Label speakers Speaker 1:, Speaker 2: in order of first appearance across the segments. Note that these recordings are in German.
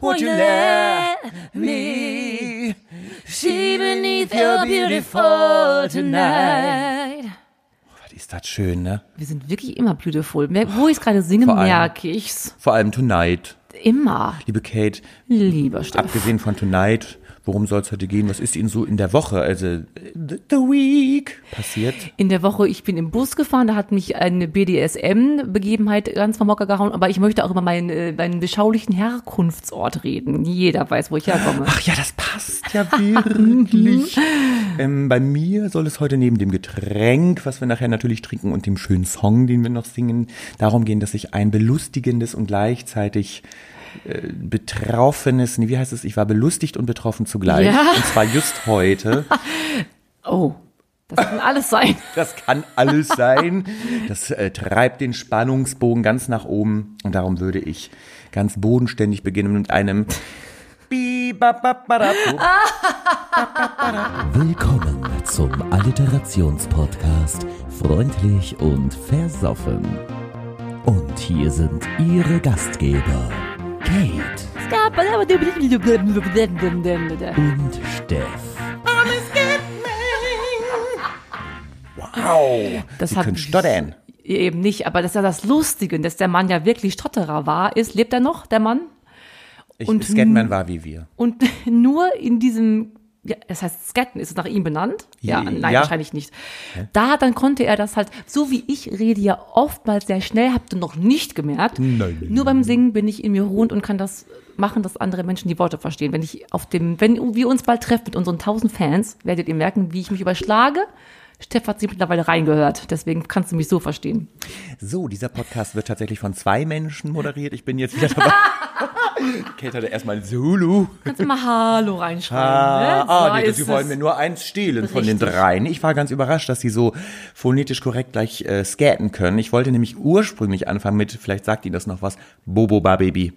Speaker 1: Would you let me see beneath your beautiful tonight? Was ist das schön, ne?
Speaker 2: Wir sind wirklich immer beautiful. Mer- Wo ich es gerade singe,
Speaker 1: Vor allem.
Speaker 2: merke ich's.
Speaker 1: Vor allem Tonight.
Speaker 2: Immer.
Speaker 1: Liebe Kate,
Speaker 2: Lieber Steff.
Speaker 1: abgesehen von Tonight, worum soll es heute gehen? Was ist Ihnen so in der Woche, also äh, the, the Week, passiert?
Speaker 2: In der Woche, ich bin im Bus gefahren, da hat mich eine BDSM-Begebenheit ganz vom Hocker gehauen, aber ich möchte auch über meinen, äh, meinen beschaulichen Herkunftsort reden. Jeder weiß, wo ich herkomme.
Speaker 1: Ach ja, das passt ja wirklich. ähm, bei mir soll es heute neben dem Getränk, was wir nachher natürlich trinken, und dem schönen Song, den wir noch singen, darum gehen, dass ich ein belustigendes und gleichzeitig äh, betroffenes, nee, wie heißt es, ich war belustigt und betroffen zugleich.
Speaker 2: Ja.
Speaker 1: Und zwar just heute.
Speaker 2: Oh, das kann alles sein.
Speaker 1: Das kann alles sein. Das äh, treibt den Spannungsbogen ganz nach oben. Und darum würde ich ganz bodenständig beginnen mit einem. Bi-ba-ba-ba-da-bu.
Speaker 3: Willkommen zum Alliterationspodcast Freundlich und Versoffen. Und hier sind Ihre Gastgeber, Kate und Steff.
Speaker 1: Wow.
Speaker 2: Das
Speaker 1: Sie
Speaker 2: hat-
Speaker 1: können stottern.
Speaker 2: Eben nicht, aber das ist ja das Lustige, dass der Mann ja wirklich Stotterer war. Ist, lebt er noch, der Mann?
Speaker 1: Ich,
Speaker 2: Und
Speaker 1: Scatman war wie wir.
Speaker 2: Und nur in diesem, ja, das heißt Sketten, ist es nach ihm benannt? Ja,
Speaker 1: Ja.
Speaker 2: nein, wahrscheinlich nicht. Da, dann konnte er das halt, so wie ich rede ja oftmals sehr schnell, habt ihr noch nicht gemerkt.
Speaker 1: Nein.
Speaker 2: Nur beim Singen bin ich in mir ruhend und kann das machen, dass andere Menschen die Worte verstehen. Wenn ich auf dem, wenn wir uns bald treffen mit unseren 1000 Fans, werdet ihr merken, wie ich mich überschlage. Steff hat sich mittlerweile reingehört, deswegen kannst du mich so verstehen.
Speaker 1: So, dieser Podcast wird tatsächlich von zwei Menschen moderiert. Ich bin jetzt wieder dabei. Kate hatte erstmal Zulu.
Speaker 2: Kannst immer Hallo reinschreiben.
Speaker 1: Ah,
Speaker 2: ne?
Speaker 1: ah
Speaker 2: So
Speaker 1: nee,
Speaker 2: ist
Speaker 1: sie wollen
Speaker 2: es.
Speaker 1: mir nur eins stehlen von den
Speaker 2: Richtig.
Speaker 1: dreien. Ich war ganz überrascht, dass sie so phonetisch korrekt gleich äh, skaten können. Ich wollte nämlich ursprünglich anfangen mit, vielleicht sagt Ihnen das noch was, Bobo Ba Baby.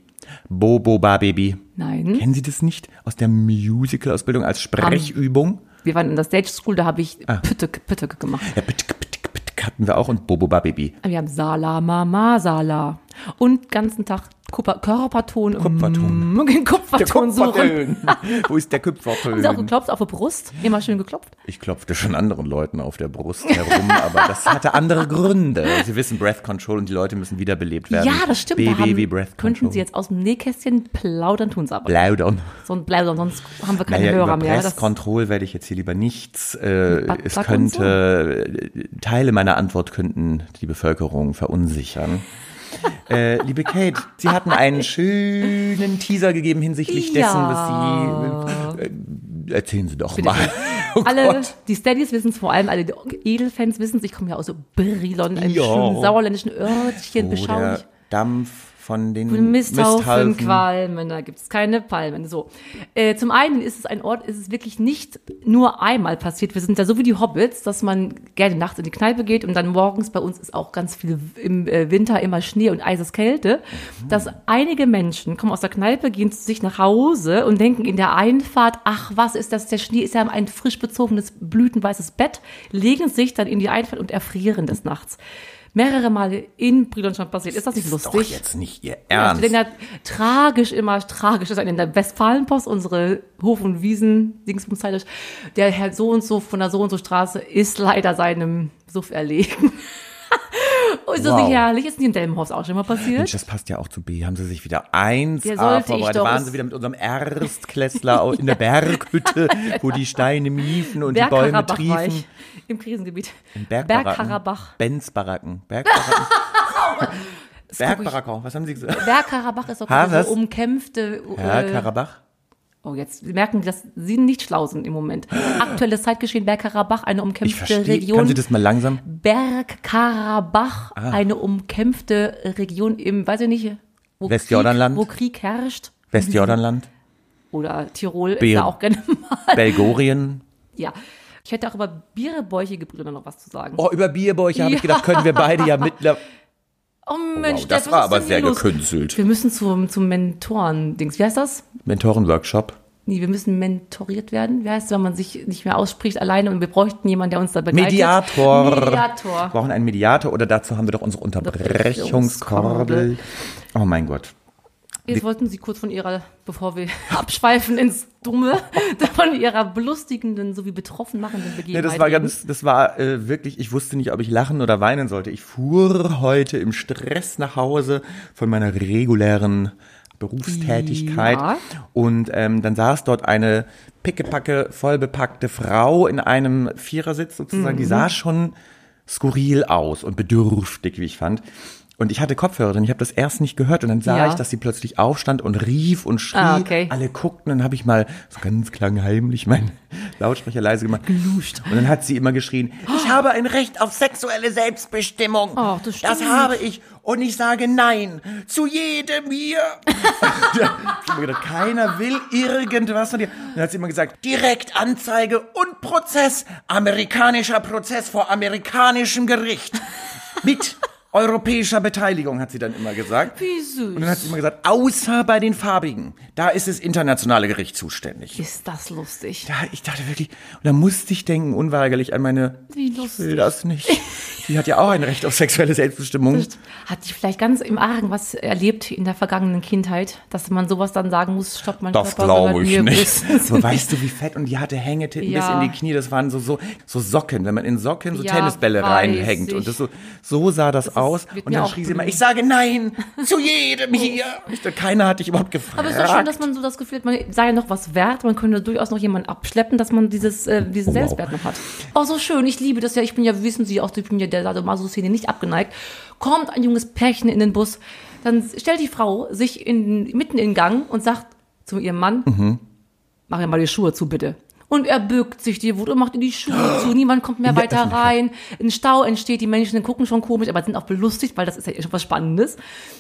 Speaker 1: Bobo Ba Baby.
Speaker 2: Nein.
Speaker 1: Kennen Sie das nicht aus der Musical-Ausbildung als Sprechübung?
Speaker 2: Wir waren in der Stage School, da habe ich
Speaker 1: Ah.
Speaker 2: Püttöcke, Püttöcke gemacht.
Speaker 1: Ja, bitk, bitk, bitk hatten wir auch und Bobo Ba Baby.
Speaker 2: Wir haben Sala, Mama, Sala. Und ganzen Tag Kupfer, Körperton.
Speaker 1: Kupferton.
Speaker 2: Mm, Den Kupferton suchen.
Speaker 1: Wo ist der
Speaker 2: Ist auch
Speaker 1: Kupfertön?
Speaker 2: geklopft auf der Brust. Immer schön geklopft.
Speaker 1: Ich klopfte schon anderen Leuten auf der Brust herum, aber das hatte andere Gründe. Sie wissen, Breath Control und die Leute müssen wiederbelebt werden.
Speaker 2: Ja, das stimmt.
Speaker 1: BBW
Speaker 2: da haben, könnten
Speaker 1: Breath Control.
Speaker 2: Sie jetzt aus dem Nähkästchen plaudern, tun's aber.
Speaker 1: Plaudern.
Speaker 2: So ein Blaudern, sonst haben wir keine
Speaker 1: Naja,
Speaker 2: Hörer
Speaker 1: über
Speaker 2: mehr. Das,
Speaker 1: Breath Control werde ich jetzt hier lieber nichts. Äh,
Speaker 2: Butt
Speaker 1: es
Speaker 2: Plug und so?
Speaker 1: könnte, äh, Teile meiner Antwort könnten die Bevölkerung verunsichern. äh, liebe Kate, Sie hatten einen schönen Teaser gegeben hinsichtlich dessen, was Sie... Äh, erzählen Sie doch mal. Oh
Speaker 2: alle,
Speaker 1: Gott.
Speaker 2: die Steadies wissen es vor allem, alle die Edelfans wissen es. Ich komme ja aus Brilon, einem
Speaker 1: Ja.
Speaker 2: schönen sauerländischen Örtchen,
Speaker 1: Äh, Wo der
Speaker 2: beschaulich.
Speaker 1: Dampf von den
Speaker 2: Ein Misthaufen,
Speaker 1: Misthaufen.
Speaker 2: Qualmen, da gibt's keine Palmen. So. Äh, zum einen ist es ein Ort, ist es wirklich nicht nur einmal passiert. Wir sind da so wie die Hobbits, dass man gerne nachts in die Kneipe geht und dann morgens bei uns ist auch ganz viel im äh, Winter immer Schnee und eises Kälte,
Speaker 1: Mhm.
Speaker 2: dass einige Menschen kommen aus der Kneipe, gehen zu sich nach Hause und denken in der Einfahrt, ach was ist das, der Schnee ist ja ein frisch bezogenes blütenweißes Bett, legen sich dann in die Einfahrt und erfrieren des Nachts. Mehrere Male in Brilon schon passiert. Ist das nicht
Speaker 1: Ist
Speaker 2: lustig?
Speaker 1: doch jetzt nicht Ihr
Speaker 2: Ja,
Speaker 1: Ernst.
Speaker 2: Ich denke, tragisch immer, tragisch ist in der Westfalenpost, unsere Hof- und Wiesen, Dingsbumszeitig, der Herr so und so von der so und so Straße ist leider seinem Suff erlegen. ist das
Speaker 1: Wow.
Speaker 2: nicht herrlich? Ist nicht in Delmenhorst auch schon mal passiert?
Speaker 1: Mensch, das passt ja auch zu B. Haben Sie sich wieder 1
Speaker 2: Ja,
Speaker 1: A
Speaker 2: sollte ich
Speaker 1: vorbereitet?
Speaker 2: doch.
Speaker 1: Waren Sie wieder mit unserem Erstklässler au- in der Berghütte, wo die Steine miefen und die Bäume
Speaker 2: Bergkarabach war
Speaker 1: triefen?
Speaker 2: ich im Krisengebiet.
Speaker 1: Bergbaracken.
Speaker 2: Bergkarabach.
Speaker 1: Benzbaracken. Bergbaracken. Bergbaracken. Was haben Sie gesagt?
Speaker 2: Bergkarabach ist doch
Speaker 1: Ha,
Speaker 2: diese
Speaker 1: was?
Speaker 2: umkämpfte.
Speaker 1: Herr
Speaker 2: äh,
Speaker 1: Karabach?
Speaker 2: oh, jetzt merken wir, dass Sie nicht schlau sind im Moment. Aktuelles Zeitgeschehen Bergkarabach, eine
Speaker 1: Ich
Speaker 2: umkämpfte
Speaker 1: verstehe.
Speaker 2: Region.
Speaker 1: Können Sie das mal langsam?
Speaker 2: Bergkarabach,
Speaker 1: Ah.
Speaker 2: eine umkämpfte Region im, weiß ich nicht, wo
Speaker 1: Westjordanland?
Speaker 2: Krieg, wo Krieg herrscht.
Speaker 1: Westjordanland?
Speaker 2: Oder Tirol ist
Speaker 1: Bären.
Speaker 2: da auch gerne mal.
Speaker 1: Belgorien?
Speaker 2: Ja. Ich hätte auch über Bierbäuche gebrüder noch was zu sagen.
Speaker 1: Oh, über Bierbäuche habe
Speaker 2: Ja.
Speaker 1: ich gedacht, können wir beide ja mittlerweile.
Speaker 2: Oh Mensch,
Speaker 1: Wow, das
Speaker 2: Steff,
Speaker 1: war
Speaker 2: was ist
Speaker 1: aber
Speaker 2: denn
Speaker 1: sehr
Speaker 2: hier los?
Speaker 1: gekünstelt.
Speaker 2: Wir müssen zum, zum Mentoren-Dings. Wie heißt das?
Speaker 1: Mentorenworkshop.
Speaker 2: Nee, wir müssen mentoriert werden. Wie heißt es, wenn man sich nicht mehr ausspricht alleine und wir bräuchten jemanden, der uns da begleitet?
Speaker 1: Mediator. Wir
Speaker 2: Mediator.
Speaker 1: brauchen einen Mediator oder dazu haben wir doch unsere Unterbrechungskorbel. Oh mein Gott.
Speaker 2: Jetzt wollten Sie kurz von Ihrer, bevor wir abschweifen ins Dumme, von Ihrer belustigenden sowie betroffen machenden
Speaker 1: Nee,
Speaker 2: Begebenheit.
Speaker 1: das war
Speaker 2: reden.
Speaker 1: ganz, das war äh, wirklich, ich wusste nicht, ob ich lachen oder weinen sollte. Ich fuhr heute im Stress nach Hause von meiner regulären Berufstätigkeit
Speaker 2: Ja.
Speaker 1: und ähm, dann saß dort eine pickepacke, vollbepackte Frau in einem Vierersitz sozusagen,
Speaker 2: Mhm.
Speaker 1: die sah schon skurril aus und bedürftig, wie ich fand. Und ich hatte Kopfhörer drin, ich habe das erst nicht gehört und dann sah
Speaker 2: Ja.
Speaker 1: ich, dass sie plötzlich aufstand und rief und schrie.
Speaker 2: Ah, okay.
Speaker 1: Alle guckten, dann habe ich mal so ganz klangheimlich meinen Lautsprecher leise gemacht. Geluscht. Und dann hat sie immer geschrien, ich habe ein Recht auf sexuelle Selbstbestimmung.
Speaker 2: Ach, Oh, das stimmt.
Speaker 1: habe ich und ich sage nein zu jedem hier. ich habe mir gedacht, keiner will irgendwas von dir. Und dann hat sie immer gesagt, direkt Anzeige und Prozess, amerikanischer Prozess vor amerikanischem Gericht. Mit europäischer Beteiligung, hat sie dann immer gesagt.
Speaker 2: Wie süß.
Speaker 1: Und dann hat sie immer gesagt, außer bei den Farbigen. Da ist das internationale Gericht zuständig.
Speaker 2: Ist das lustig.
Speaker 1: Da, ich dachte wirklich, und da musste ich denken, unweigerlich an meine,
Speaker 2: Wie
Speaker 1: ich
Speaker 2: lustig.
Speaker 1: will das nicht. Die hat ja auch ein Recht auf sexuelle Selbstbestimmung.
Speaker 2: Hat die vielleicht ganz im Argen was erlebt in der vergangenen Kindheit, dass man sowas dann sagen muss, stopp, mein
Speaker 1: Das
Speaker 2: Körper
Speaker 1: glaube ich
Speaker 2: gehört mir
Speaker 1: nicht.
Speaker 2: bis-
Speaker 1: Aber weißt du, wie fett? Und die hatte Hängetitten
Speaker 2: halt Ja.
Speaker 1: bis in die Knie. Das waren so, so, so Socken, wenn man in Socken so
Speaker 2: Ja,
Speaker 1: Tennisbälle
Speaker 2: weiß
Speaker 1: reinhängt.
Speaker 2: ich.
Speaker 1: Und das so, so sah das, aus.
Speaker 2: wird
Speaker 1: Und
Speaker 2: mir
Speaker 1: dann
Speaker 2: auch
Speaker 1: schrie sie immer,
Speaker 2: blöd.
Speaker 1: ich sage nein zu jedem hier. Ich, dachte, keiner hat dich überhaupt gefragt.
Speaker 2: Aber es ist doch schön, dass man so das Gefühl hat, man sei ja noch was wert, man könnte durchaus noch jemanden abschleppen, dass man dieses, äh, diesen Selbstwert noch hat. Oh, so schön, ich liebe das ja, ich bin ja, wissen Sie auch, ich bin ja der Sadomaso-Szene nicht abgeneigt. Kommt ein junges Pärchen in den Bus, dann stellt die Frau sich in, mitten in den Gang und sagt zu ihrem Mann, mach ja mal die Schuhe zu, bitte. Und er bückt sich die Wut und macht ihr die Schuhe zu. Niemand kommt mehr weiter rein. Ein Stau entsteht, die Menschen gucken schon komisch, aber sind auch belustigt, weil das ist ja eh schon was Spannendes.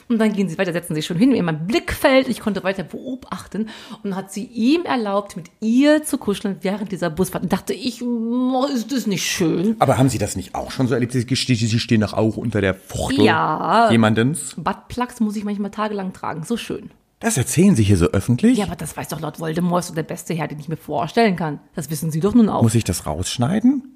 Speaker 2: Und dann gehen sie weiter, setzen sich schon hin in mein Blickfeld. Ich konnte weiter beobachten und hat sie ihm erlaubt, mit ihr zu kuscheln während dieser Busfahrt. Und dachte ich, "Mo, ist das nicht schön?
Speaker 1: Aber haben Sie das nicht auch schon so erlebt? Sie ste- Sie stehen doch auch unter der Fuchtel
Speaker 2: Ja.
Speaker 1: jemandens.
Speaker 2: Buttplugs muss ich manchmal tagelang tragen. So schön.
Speaker 1: Das erzählen Sie hier so öffentlich.
Speaker 2: Ja, aber das weiß doch Lord Voldemort ist doch der beste Herr, den ich mir vorstellen kann. Das wissen Sie doch nun auch.
Speaker 1: Muss ich das rausschneiden?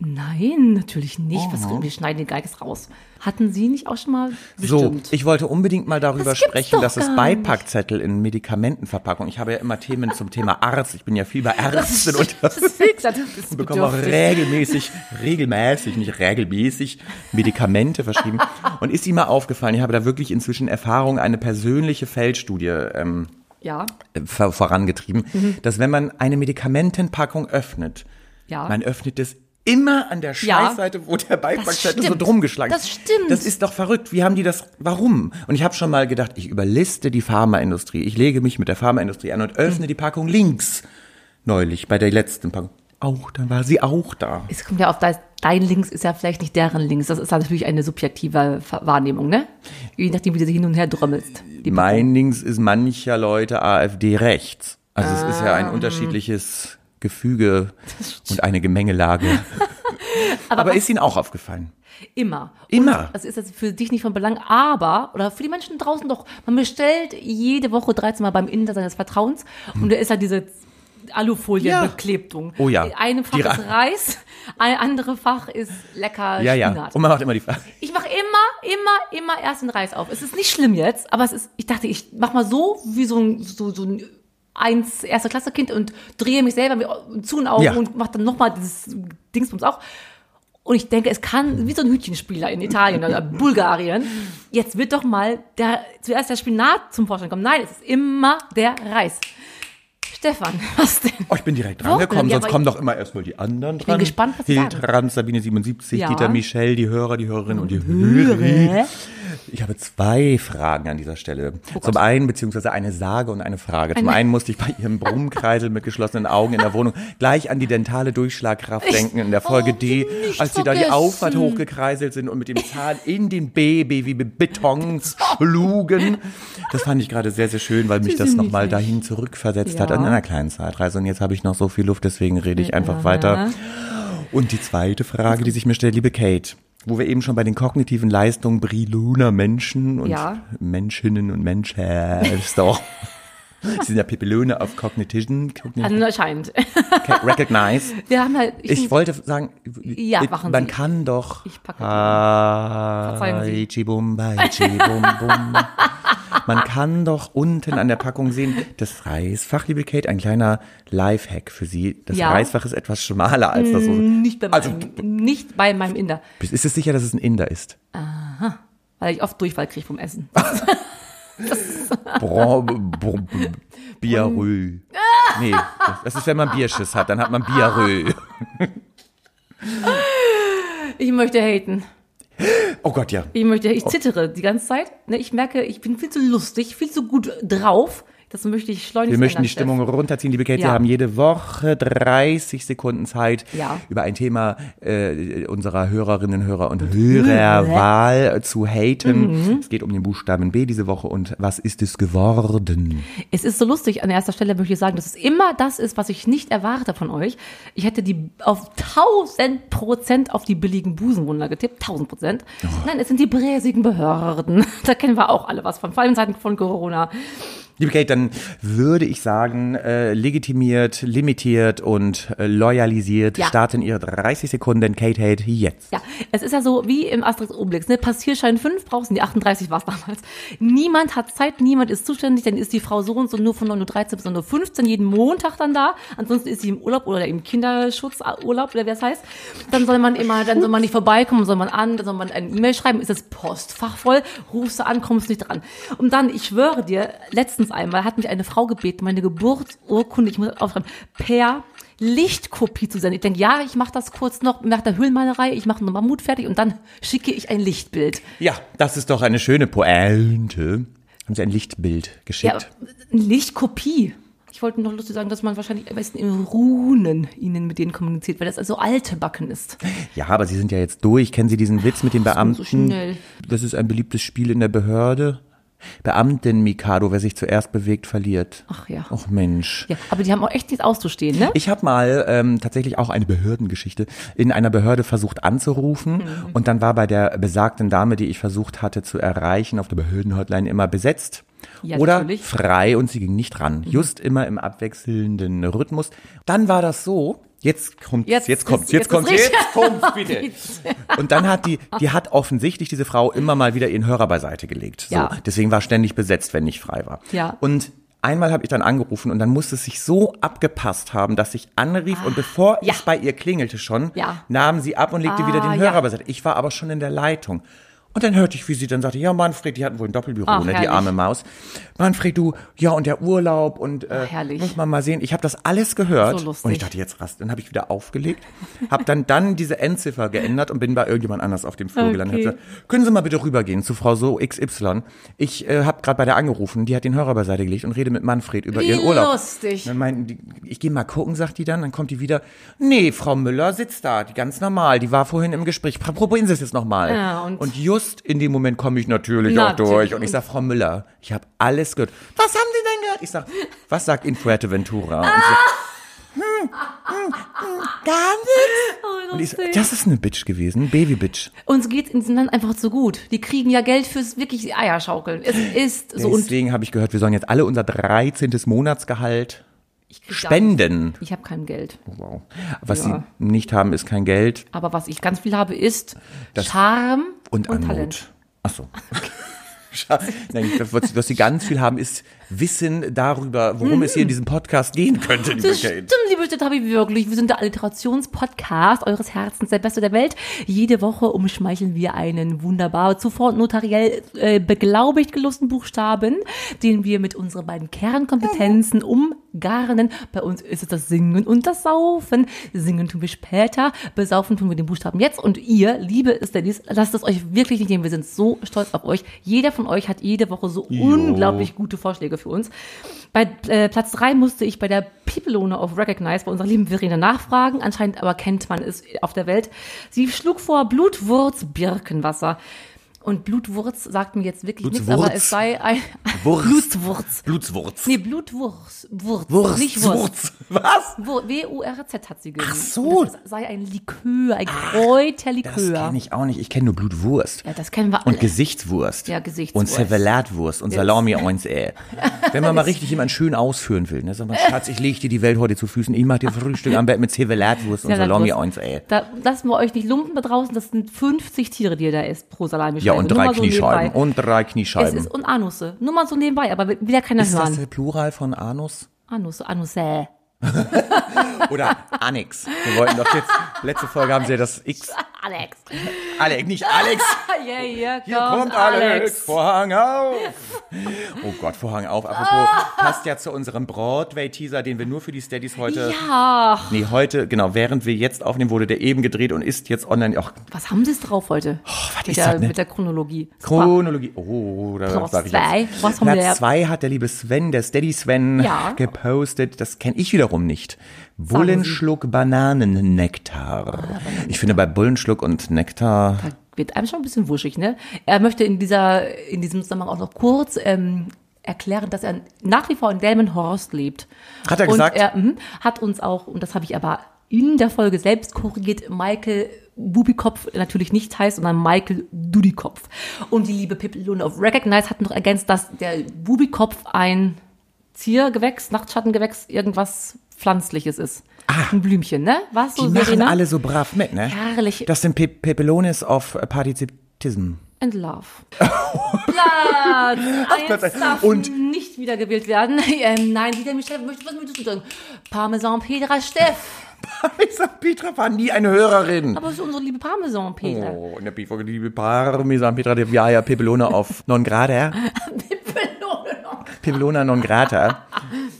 Speaker 2: Nein, natürlich nicht. Was, wir schneiden den Geiges raus. Hatten Sie nicht auch schon mal? Bestimmt.
Speaker 1: So, ich wollte unbedingt mal darüber
Speaker 2: Das gibt's
Speaker 1: sprechen,
Speaker 2: doch
Speaker 1: dass es
Speaker 2: gar
Speaker 1: Beipackzettel in Medikamentenverpackung. Ich habe ja immer Themen zum Thema Arzt. Ich bin ja viel bei Ärzten und
Speaker 2: das ist fix. Das ist
Speaker 1: bekomme auch
Speaker 2: bedürftig.
Speaker 1: regelmäßig, regelmäßig, nicht regelmäßig Medikamente verschrieben. Und ist ihm mal aufgefallen, ich habe da wirklich inzwischen Erfahrung, eine persönliche Feldstudie ähm,
Speaker 2: Ja,
Speaker 1: ver vorangetrieben,
Speaker 2: Mhm.
Speaker 1: dass wenn man eine Medikamentenpackung öffnet,
Speaker 2: Ja.
Speaker 1: man öffnet es immer an der
Speaker 2: Ja.
Speaker 1: Scheißseite, wo der Beipackzettel so
Speaker 2: stimmt.
Speaker 1: drum geschlagen
Speaker 2: Das stimmt.
Speaker 1: Das ist doch verrückt. Wie haben die das, warum? Und ich habe schon mal gedacht, ich überliste die Pharmaindustrie. Ich lege mich mit der Pharmaindustrie an und öffne
Speaker 2: Mhm.
Speaker 1: die Packung links. Neulich, bei der letzten Packung. Auch, dann war sie auch da.
Speaker 2: es kommt ja auf dein, dein Links ist ja vielleicht nicht deren Links. Das ist natürlich eine subjektive Ver- Wahrnehmung, ne? Je nachdem, wie du sie hin und her drömmelst. Die
Speaker 1: mein Dings ist mancher Leute AfD rechts. Also es ist ja
Speaker 2: Ah.
Speaker 1: ein unterschiedliches Gefüge und eine Gemengelage. aber ist Ihnen auch aufgefallen?
Speaker 2: Immer.
Speaker 1: Immer.
Speaker 2: Und das ist jetzt für dich nicht von Belang, aber, oder für die Menschen draußen doch, man bestellt jede Woche 13 Mal beim Inder seines Vertrauens und da ist halt diese Alufolie-Beklebtung.
Speaker 1: Hm. Oh ja.
Speaker 2: Ein Fach
Speaker 1: Die Ra-
Speaker 2: ist Reis, ein anderes Fach ist lecker
Speaker 1: Ja, ja.
Speaker 2: Spinat.
Speaker 1: Und man macht immer die Frage.
Speaker 2: Ich mache immer, immer, immer erst den Reis auf. Es ist nicht schlimm jetzt, aber es ist, ich dachte, ich mach mal so wie so ein, so, so ein eins erster Klasse Kind und drehe mich selber mit- zu und auf
Speaker 1: Ja.
Speaker 2: und mache dann nochmal dieses Dingsbums auch. Und ich denke, es kann wie so ein Hütchenspieler in Italien oder Bulgarien. Jetzt wird doch mal der, zuerst der Spinat zum Vorschein kommen. Nein, es ist immer der Reis. Stefan, was denn?
Speaker 1: Oh, ich bin direkt
Speaker 2: Doch,
Speaker 1: rangekommen,
Speaker 2: ja,
Speaker 1: sonst
Speaker 2: aber-
Speaker 1: kommen doch immer erstmal die anderen dran. Ich
Speaker 2: gespannt, was Sie sagen.
Speaker 1: Trans, Sabine 77,
Speaker 2: Ja.
Speaker 1: Dieter Michel, die Hörer, die Hörerinnen und die Hörer. Ich habe zwei Fragen an dieser Stelle.
Speaker 2: Oh
Speaker 1: Zum einen, beziehungsweise eine Sage und eine Frage. Zum einen musste ich bei ihrem Brummkreisel mit geschlossenen Augen in der Wohnung gleich an die dentale Durchschlagkraft denken in der Folge
Speaker 2: Oh,
Speaker 1: D,
Speaker 2: nicht
Speaker 1: als sie da die
Speaker 2: vergessen.
Speaker 1: Auffahrt hochgekreiselt sind und mit dem Zahn in den Baby wie mit Beton schlugen. Das fand ich gerade sehr, sehr schön, weil mich das
Speaker 2: sind
Speaker 1: nochmal
Speaker 2: niedlich.
Speaker 1: dahin zurückversetzt hat
Speaker 2: Ja.
Speaker 1: an einer kleinen Zeitreise. Und jetzt habe ich noch so viel Luft, deswegen rede ich einfach weiter. Und die zweite Frage, die sich mir stellt, liebe Kate, wo wir eben schon bei den kognitiven Leistungen briluner Menschen und
Speaker 2: Ja.
Speaker 1: Menschinnen und Menschen doch Sie sind ja Pipelöne auf Cognition. Cognition
Speaker 2: Anscheinend.
Speaker 1: recognize.
Speaker 2: Also, Wir haben halt.
Speaker 1: Ich, wollte sagen,
Speaker 2: Ja,
Speaker 1: ich-
Speaker 2: machen
Speaker 1: man
Speaker 2: Sie.
Speaker 1: kann doch.
Speaker 2: Ich packe die. Verzeihen Sie.
Speaker 1: Verzeihen Bum, bum, bum. Man kann doch unten an der Packung sehen, das Reisfach, liebe Kate, ein kleiner Lifehack für Sie. Das
Speaker 2: Ja. Mm.
Speaker 1: Reisfach ist etwas schmaler als das.
Speaker 2: nicht bei,
Speaker 1: also,
Speaker 2: meinem, nicht bei meinem Inder,
Speaker 1: ist es sicher, dass es ein Inder ist?
Speaker 2: weil ich oft Durchfall kriege vom Essen.
Speaker 1: Ah. Bro- bro- b- Bierö. Nee, das ist, wenn man Bierschiss hat, dann hat man Bierö.
Speaker 2: Ich möchte haten.
Speaker 1: Oh Gott, ja.
Speaker 2: Ich möchte, ich zittere die ganze Zeit. Ne, Ich merke, ich bin viel zu lustig, viel zu gut drauf. Das möchte ich schleunigst
Speaker 1: Wir möchten
Speaker 2: ändern,
Speaker 1: die
Speaker 2: Steff.
Speaker 1: Stimmung runterziehen, liebe Kate.
Speaker 2: Ja.
Speaker 1: Wir haben jede Woche 30 Sekunden Zeit,
Speaker 2: Ja.
Speaker 1: über ein Thema äh, unserer Hörerinnen, Hörer und Hörerwahl zu haten.
Speaker 2: Mhm.
Speaker 1: Es geht um den Buchstaben B diese Woche und was ist es geworden?
Speaker 2: Es ist so lustig, an erster Stelle möchte ich sagen, dass es immer das ist, was ich nicht erwarte von euch. Ich hätte die auf 1000 Prozent auf die billigen Busenwunder getippt. 1000 Prozent.
Speaker 1: Oh.
Speaker 2: Nein, es sind die bräsigen Behörden. Da kennen wir auch alle was von, vor allem in Zeiten von Corona.
Speaker 1: Liebe Kate, dann würde ich sagen, äh, legitimiert, limitiert und äh, loyalisiert
Speaker 2: Ja.
Speaker 1: starten ihre 30 Sekunden Kate Hate jetzt.
Speaker 2: Ja, es ist ja so wie im Asterix Obelix, ne? Passierschein 5 brauchst du, die 38 war es damals. Niemand hat Zeit, niemand ist zuständig, dann ist die Frau so und so nur von 9.13 Uhr bis 9.15 Uhr jeden Montag dann da. Ansonsten ist sie im Urlaub oder im Kinderschutzurlaub oder wie das heißt. Dann soll man immer, dann soll man nicht vorbeikommen, soll man an, dann soll man eine E-Mail schreiben, ist das Postfach voll, rufst du an, kommst nicht dran. Und dann, ich schwöre dir, letztens einmal hat mich eine Frau gebeten, meine Geburtsurkunde, ich muss das aufschreiben, per Lichtkopie zu senden. Ich denke, ja, ich mache das kurz noch nach der Höhlenmalerei, ich mache einen Mammut fertig und dann schicke ich ein Lichtbild.
Speaker 1: Ja, das ist doch eine schöne Pointe. Haben Sie ein Lichtbild
Speaker 2: Ja, äh,
Speaker 1: geschickt?
Speaker 2: eine Lichtkopie. Ich wollte noch lustig sagen, dass man wahrscheinlich am besten in Runen ihnen mit denen kommuniziert, weil das also alte Backen ist.
Speaker 1: Ja, aber Sie sind ja jetzt durch. Kennen Sie diesen Witz mit den Beamten?
Speaker 2: so schnell.
Speaker 1: Das ist ein beliebtes Spiel in der Behörde. Beamten Mikado, wer sich zuerst bewegt, verliert.
Speaker 2: Ach ja.
Speaker 1: Ach Mensch.
Speaker 2: Ja, aber die haben auch echt nichts auszustehen, ne?
Speaker 1: Ich habe mal ähm, tatsächlich auch eine Behördengeschichte in einer Behörde versucht anzurufen
Speaker 2: Mhm.
Speaker 1: und dann war bei der besagten Dame, die ich versucht hatte zu erreichen, auf der Behördenhotline immer besetzt
Speaker 2: Ja,
Speaker 1: oder
Speaker 2: natürlich. Mhm.
Speaker 1: frei und sie ging nicht ran. Just immer im abwechselnden Rhythmus. Dann war das so. Jetzt kommt, jetzt,
Speaker 2: Jetzt
Speaker 1: jetzt
Speaker 2: ist-
Speaker 1: kommt, jetzt
Speaker 2: jetzt
Speaker 1: kommt,
Speaker 2: ist
Speaker 1: jetzt kommt, bitte. Und dann hat die, die hat offensichtlich diese Frau immer mal wieder ihren Hörer beiseite gelegt. So.
Speaker 2: Ja.
Speaker 1: Deswegen war ständig besetzt, wenn nicht frei war.
Speaker 2: Ja.
Speaker 1: Und einmal habe ich dann angerufen und dann musste es sich so abgepasst haben, dass ich anrief und bevor
Speaker 2: Ah, ja.
Speaker 1: es bei ihr klingelte schon,
Speaker 2: Ja.
Speaker 1: nahm sie ab und legte wieder den
Speaker 2: Ah,
Speaker 1: Hörer
Speaker 2: ja.
Speaker 1: beiseite. Ich war aber schon in der Leitung. Und dann hörte ich, wie sie dann sagte, ja, Manfred, die hatten wohl ein Doppelbüro,
Speaker 2: Ach,
Speaker 1: ne, die
Speaker 2: herrlich.
Speaker 1: arme Maus. Manfred, du, ja, und der Urlaub und äh,
Speaker 2: Ach, herrlich.
Speaker 1: muss man mal sehen. Ich habe das alles gehört
Speaker 2: So lustig.
Speaker 1: und ich dachte, jetzt rast. Dann habe ich wieder aufgelegt, habe dann dann diese Endziffer geändert und bin bei irgendjemand anders auf dem Flur
Speaker 2: Okay.
Speaker 1: gelandet. Hab Gesagt, Können Sie mal bitte rübergehen zu Frau so XY. Ich äh, habe gerade bei der angerufen, die hat den Hörer beiseite gelegt und rede mit Manfred über
Speaker 2: Wie
Speaker 1: ihren Urlaub.
Speaker 2: lustig.
Speaker 1: Dann meinten die, ich gehe mal gucken, sagt die dann, dann kommt die wieder. Nee, Frau Müller sitzt da, die ganz normal, die war vorhin im Gespräch. Pr- Probieren Sie es jetzt nochmal.
Speaker 2: Ja, und-
Speaker 1: just in dem Moment komme ich natürlich auch
Speaker 2: Natürlich.
Speaker 1: durch und ich sage, Frau Müller, ich habe alles gehört. Was haben Sie denn gehört? Ich sage, was sagt in Fuerteventura? Und sie,
Speaker 2: Ah!
Speaker 1: hm, Gar
Speaker 2: Oh,
Speaker 1: Und ich so, das ist eine Bitch gewesen, Baby-Bitch.
Speaker 2: Uns geht in diesem Land einfach zu gut. Die kriegen ja Geld fürs wirklich Eierschaukeln. Es ist so und
Speaker 1: Deswegen habe ich gehört, wir sollen jetzt alle unser 13. Monatsgehalt
Speaker 2: ich krieg gar nichts.
Speaker 1: spenden.
Speaker 2: Ich habe kein Geld.
Speaker 1: Wow. Was
Speaker 2: Ja.
Speaker 1: sie nicht haben, ist kein Geld
Speaker 2: Aber was ich ganz viel habe, ist
Speaker 1: Das-
Speaker 2: Charme
Speaker 1: und,
Speaker 2: und,
Speaker 1: Anmut.
Speaker 2: Talent.
Speaker 1: Ach so. Scha- Nein, das, was, was sie ganz viel haben, ist Wissen darüber, worum es hier in diesem Podcast gehen könnte, liebe
Speaker 2: Das
Speaker 1: Kate.
Speaker 2: stimmt, liebe Stadt, habe ich wirklich. Wir sind der Alliterationspodcast eures Herzens, der beste der Welt. Jede Woche umschmeicheln wir einen wunderbar zuvor notariell äh, beglaubigt gelosten Buchstaben, den wir mit unseren beiden Kernkompetenzen
Speaker 1: Mhm.
Speaker 2: umgarnen. Bei uns ist es das Singen und das Saufen. Singen tun wir später, besaufen tun wir den Buchstaben jetzt. Und ihr, liebe Steadies, lasst es euch wirklich nicht nehmen. Wir sind so stolz auf euch. Jeder von euch hat jede Woche so unglaublich gute Vorschläge für uns. Bei äh, Platz 3 musste ich bei der Pipelone of Recognize bei unserer lieben Verena nachfragen. Anscheinend aber kennt man es auf der Welt. Sie schlug vor Blutwurz-Birkenwasser. Und Blutwurz sagt mir jetzt wirklich nichts,
Speaker 1: Blutwurz?
Speaker 2: aber es sei ein
Speaker 1: Wurst.
Speaker 2: Blutwurz.
Speaker 1: Blutswurz.
Speaker 2: Nee, Blutwurz. Wurz,
Speaker 1: Wurst.
Speaker 2: nicht Wurst.
Speaker 1: Wurz. Was?
Speaker 2: Wur- W-U-R-Z hat sie geschrieben. Ach
Speaker 1: so.
Speaker 2: Das sei ein Likör, ein
Speaker 1: Das
Speaker 2: Kräuterlikör.
Speaker 1: kenne ich auch nicht. Ich kenne nur Blutwurst.
Speaker 2: Ja, das kennen wir alle.
Speaker 1: Und Gesichtswurst.
Speaker 2: Ja,
Speaker 1: Und
Speaker 2: Gesichtswurst.
Speaker 1: Servelatwurst und Salami oins äh. Wenn man mal richtig jemanden schön ausführen will, ne, sagt man, Schatz, ich leg dir die Welt heute zu Füßen, ich mach dir Frühstück am Bett mit Servelatwurst und
Speaker 2: Ja, dann
Speaker 1: Salami
Speaker 2: bloß-
Speaker 1: oins äh.
Speaker 2: Da lassen wir euch nicht lumpen da draußen. Das sind 50 Tiere, die ihr da isst pro Salami. Also
Speaker 1: Ja, und drei Kniescheiben.
Speaker 2: So nebenbei.
Speaker 1: und drei
Speaker 2: es
Speaker 1: Kniescheiben.
Speaker 2: ist und Anusse. Nur mal so nebenbei, aber will ja keiner
Speaker 1: Ist das
Speaker 2: hören.
Speaker 1: der Plural von Anus?
Speaker 2: Anusse, Anusse.
Speaker 1: Oder Annex? Wir wollten doch jetzt, letzte Folge haben sie ja das X.
Speaker 2: Alex.
Speaker 1: Alex, nicht Alex!
Speaker 2: Yeah, yeah,
Speaker 1: Hier kommt Alex! Vorhang auf! Oh Gott, Vorhang auf. Apropos,
Speaker 2: Ah.
Speaker 1: passt ja zu unserem Broadway-Teaser, den wir nur für die Steadies heute.
Speaker 2: Ja.
Speaker 1: Nee, heute, genau, während wir jetzt aufnehmen, wurde der eben gedreht und ist jetzt online. Ach,
Speaker 2: Was haben sie es drauf heute?
Speaker 1: was
Speaker 2: mit,
Speaker 1: ist
Speaker 2: der,
Speaker 1: das, ne?
Speaker 2: mit der Chronologie. Super.
Speaker 1: Chronologie. Oh, da
Speaker 2: Platz
Speaker 1: sag ich
Speaker 2: zwei.
Speaker 1: jetzt.
Speaker 2: Was haben wir da?
Speaker 1: Platz zwei hat der liebe Sven, der Steady Sven,
Speaker 2: Ja.
Speaker 1: gepostet. Das kenne ich wiederum nicht. Bullenschluck
Speaker 2: Ah,
Speaker 1: Bananennektar. Ich finde bei Bullenschluck und Nektar.
Speaker 2: Da wird einem schon ein bisschen wuschig, ne? Er möchte in, dieser, in diesem Zusammenhang auch noch kurz ähm, erklären, dass er nach wie vor in Delmenhorst lebt.
Speaker 1: Hat er
Speaker 2: und
Speaker 1: gesagt?
Speaker 2: Er mhm, hat uns auch, und das habe ich aber in der Folge selbst korrigiert, Michael Bubikopf natürlich nicht heißt, sondern Michael Dudikopf. Und die liebe Pipelone of Recognize hat noch ergänzt, dass der Bubikopf ein Ziergewächs, Nachtschattengewächs, irgendwas Pflanzliches ist. Ah, ein Blümchen, ne? Was so,
Speaker 1: Die machen
Speaker 2: Verena?
Speaker 1: alle so brav mit, ne?
Speaker 2: Herrlich.
Speaker 1: Das sind Pe Pepelones of Partizipism.
Speaker 2: and love. Platz
Speaker 1: Platz
Speaker 2: eins
Speaker 1: eins.
Speaker 2: darf
Speaker 1: Und-
Speaker 2: nicht wiedergewählt werden. Ähm, nein, wieder Michel möchte was mit dazu sagen. Parmesan Petra Steff.
Speaker 1: Ich sag, Petra war nie eine Hörerin.
Speaker 2: Aber es ist unsere liebe Parmesan Petra.
Speaker 1: Oh, in der Bifog, die liebe Parmesan Petra de Viaja Pepelone auf non grata. Pepelona non grata.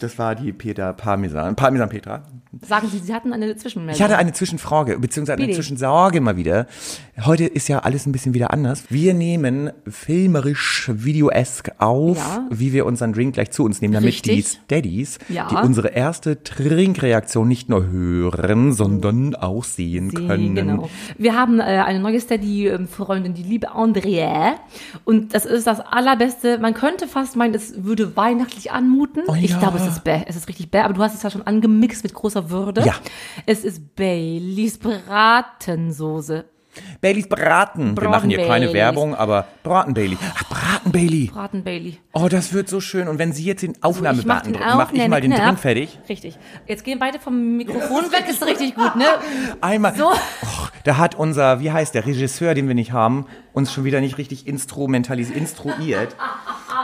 Speaker 1: Das war die Peter Parmesan. Parmesan Petra.
Speaker 2: Sagen Sie, Sie hatten eine Zwischenmeldung.
Speaker 1: Ich hatte eine Zwischenfrage, beziehungsweise eine
Speaker 2: Genau. Bitte.
Speaker 1: Zwischensorge mal wieder. Heute ist ja alles ein bisschen wieder anders. Wir nehmen filmerisch, videoesk auf,
Speaker 2: Ja.
Speaker 1: wie wir unseren Drink gleich zu uns nehmen, damit die
Speaker 2: Richtig.
Speaker 1: Steadies,
Speaker 2: Ja.
Speaker 1: die unsere erste Trinkreaktion nicht nur hören, sondern auch sehen
Speaker 2: Sie,
Speaker 1: können.
Speaker 2: Genau. Wir haben äh, eine neue Steady-Freundin, die liebe Andrea. Und das ist das Allerbeste. Man könnte fast meinen, es würde weihnachtlich anmuten. Ich
Speaker 1: Oh ja.
Speaker 2: glaube, es ist bäh. Es ist richtig bäh. Aber du hast es ja schon angemixt mit großer Würde.
Speaker 1: Ja.
Speaker 2: Es ist Baileys Bratensoße.
Speaker 1: Baileys Braten. Wir
Speaker 2: Braten
Speaker 1: machen hier keine
Speaker 2: Baileys.
Speaker 1: Werbung, aber Braten Bailey. Ach, Braten Bailey.
Speaker 2: Braten Bailey.
Speaker 1: Oh, das wird so schön. Und wenn Sie jetzt den
Speaker 2: Ich mach
Speaker 1: Aufnahmebaten
Speaker 2: den
Speaker 1: drücken, mach ich
Speaker 2: Aufnahme-
Speaker 1: mal den
Speaker 2: Knapp.
Speaker 1: Drink fertig.
Speaker 2: Richtig. Jetzt gehen beide vom Mikrofon weg. Ist richtig gut, ne?
Speaker 1: Einmal.
Speaker 2: So.
Speaker 1: Och, da hat unser, wie heißt der Regisseur, den wir nicht haben, uns schon wieder nicht richtig instrumentalisiert, instruiert.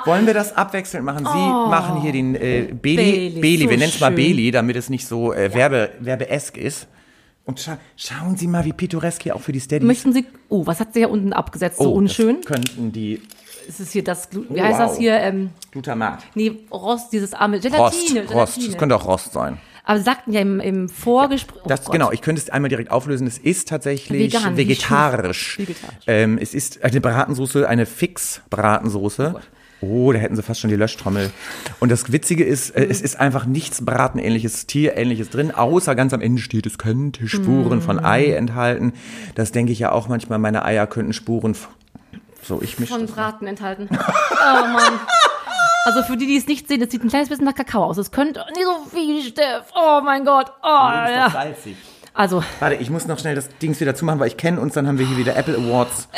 Speaker 1: Wollen wir das abwechselnd machen? Sie machen hier den äh, Beli.
Speaker 2: Beli,
Speaker 1: Beli.
Speaker 2: Oh. so
Speaker 1: wir nennen es mal
Speaker 2: schön.
Speaker 1: Beli, damit es nicht so äh, werbe, werbeesk ist. Und scha schauen Sie mal, wie pittoresk hier auch für die Steadies.
Speaker 2: Möchten Sie. Oh, was hat sie hier unten abgesetzt? So
Speaker 1: Oh,
Speaker 2: unschön.
Speaker 1: Das könnten die
Speaker 2: Ist es hier das. Glu- Wie
Speaker 1: Oh,
Speaker 2: heißt das
Speaker 1: wow.
Speaker 2: hier? Ähm,
Speaker 1: Glutamat.
Speaker 2: Nee, Rost, dieses arme
Speaker 1: Rost,
Speaker 2: Gelatine.
Speaker 1: Rost. Das
Speaker 2: Gelatine.
Speaker 1: könnte auch Rost sein.
Speaker 2: Aber sie sagten ja im, im Vorgespräch. oh
Speaker 1: Das,
Speaker 2: Gott.
Speaker 1: genau, ich könnte es einmal direkt auflösen. Es ist tatsächlich
Speaker 2: Vegan, wie
Speaker 1: vegetarisch.
Speaker 2: schön. Vegetarisch.
Speaker 1: Ähm, es ist eine Bratensoße, eine Fix-Bratensoße. Oh, da hätten sie fast schon die Löschtrommel. Und das Witzige ist, äh, es ist einfach nichts Bratenähnliches, Tierähnliches drin, außer ganz am Ende steht, es könnte Spuren von
Speaker 2: Mm.
Speaker 1: Ei enthalten. Das denke ich ja auch manchmal, meine Eier könnten Spuren. von- So, ich mich.
Speaker 2: Von Braten enthalten. Oh Mann. Also für die, die es nicht sehen, es sieht ein kleines bisschen nach Kakao aus. Es könnte nicht so viel, Steff. Oh mein Gott. Oh ja.
Speaker 1: salzig.
Speaker 2: Also,
Speaker 1: Warte, ich muss noch schnell das Dings wieder zumachen, weil ich kenne uns, dann haben wir hier wieder Apple Awards.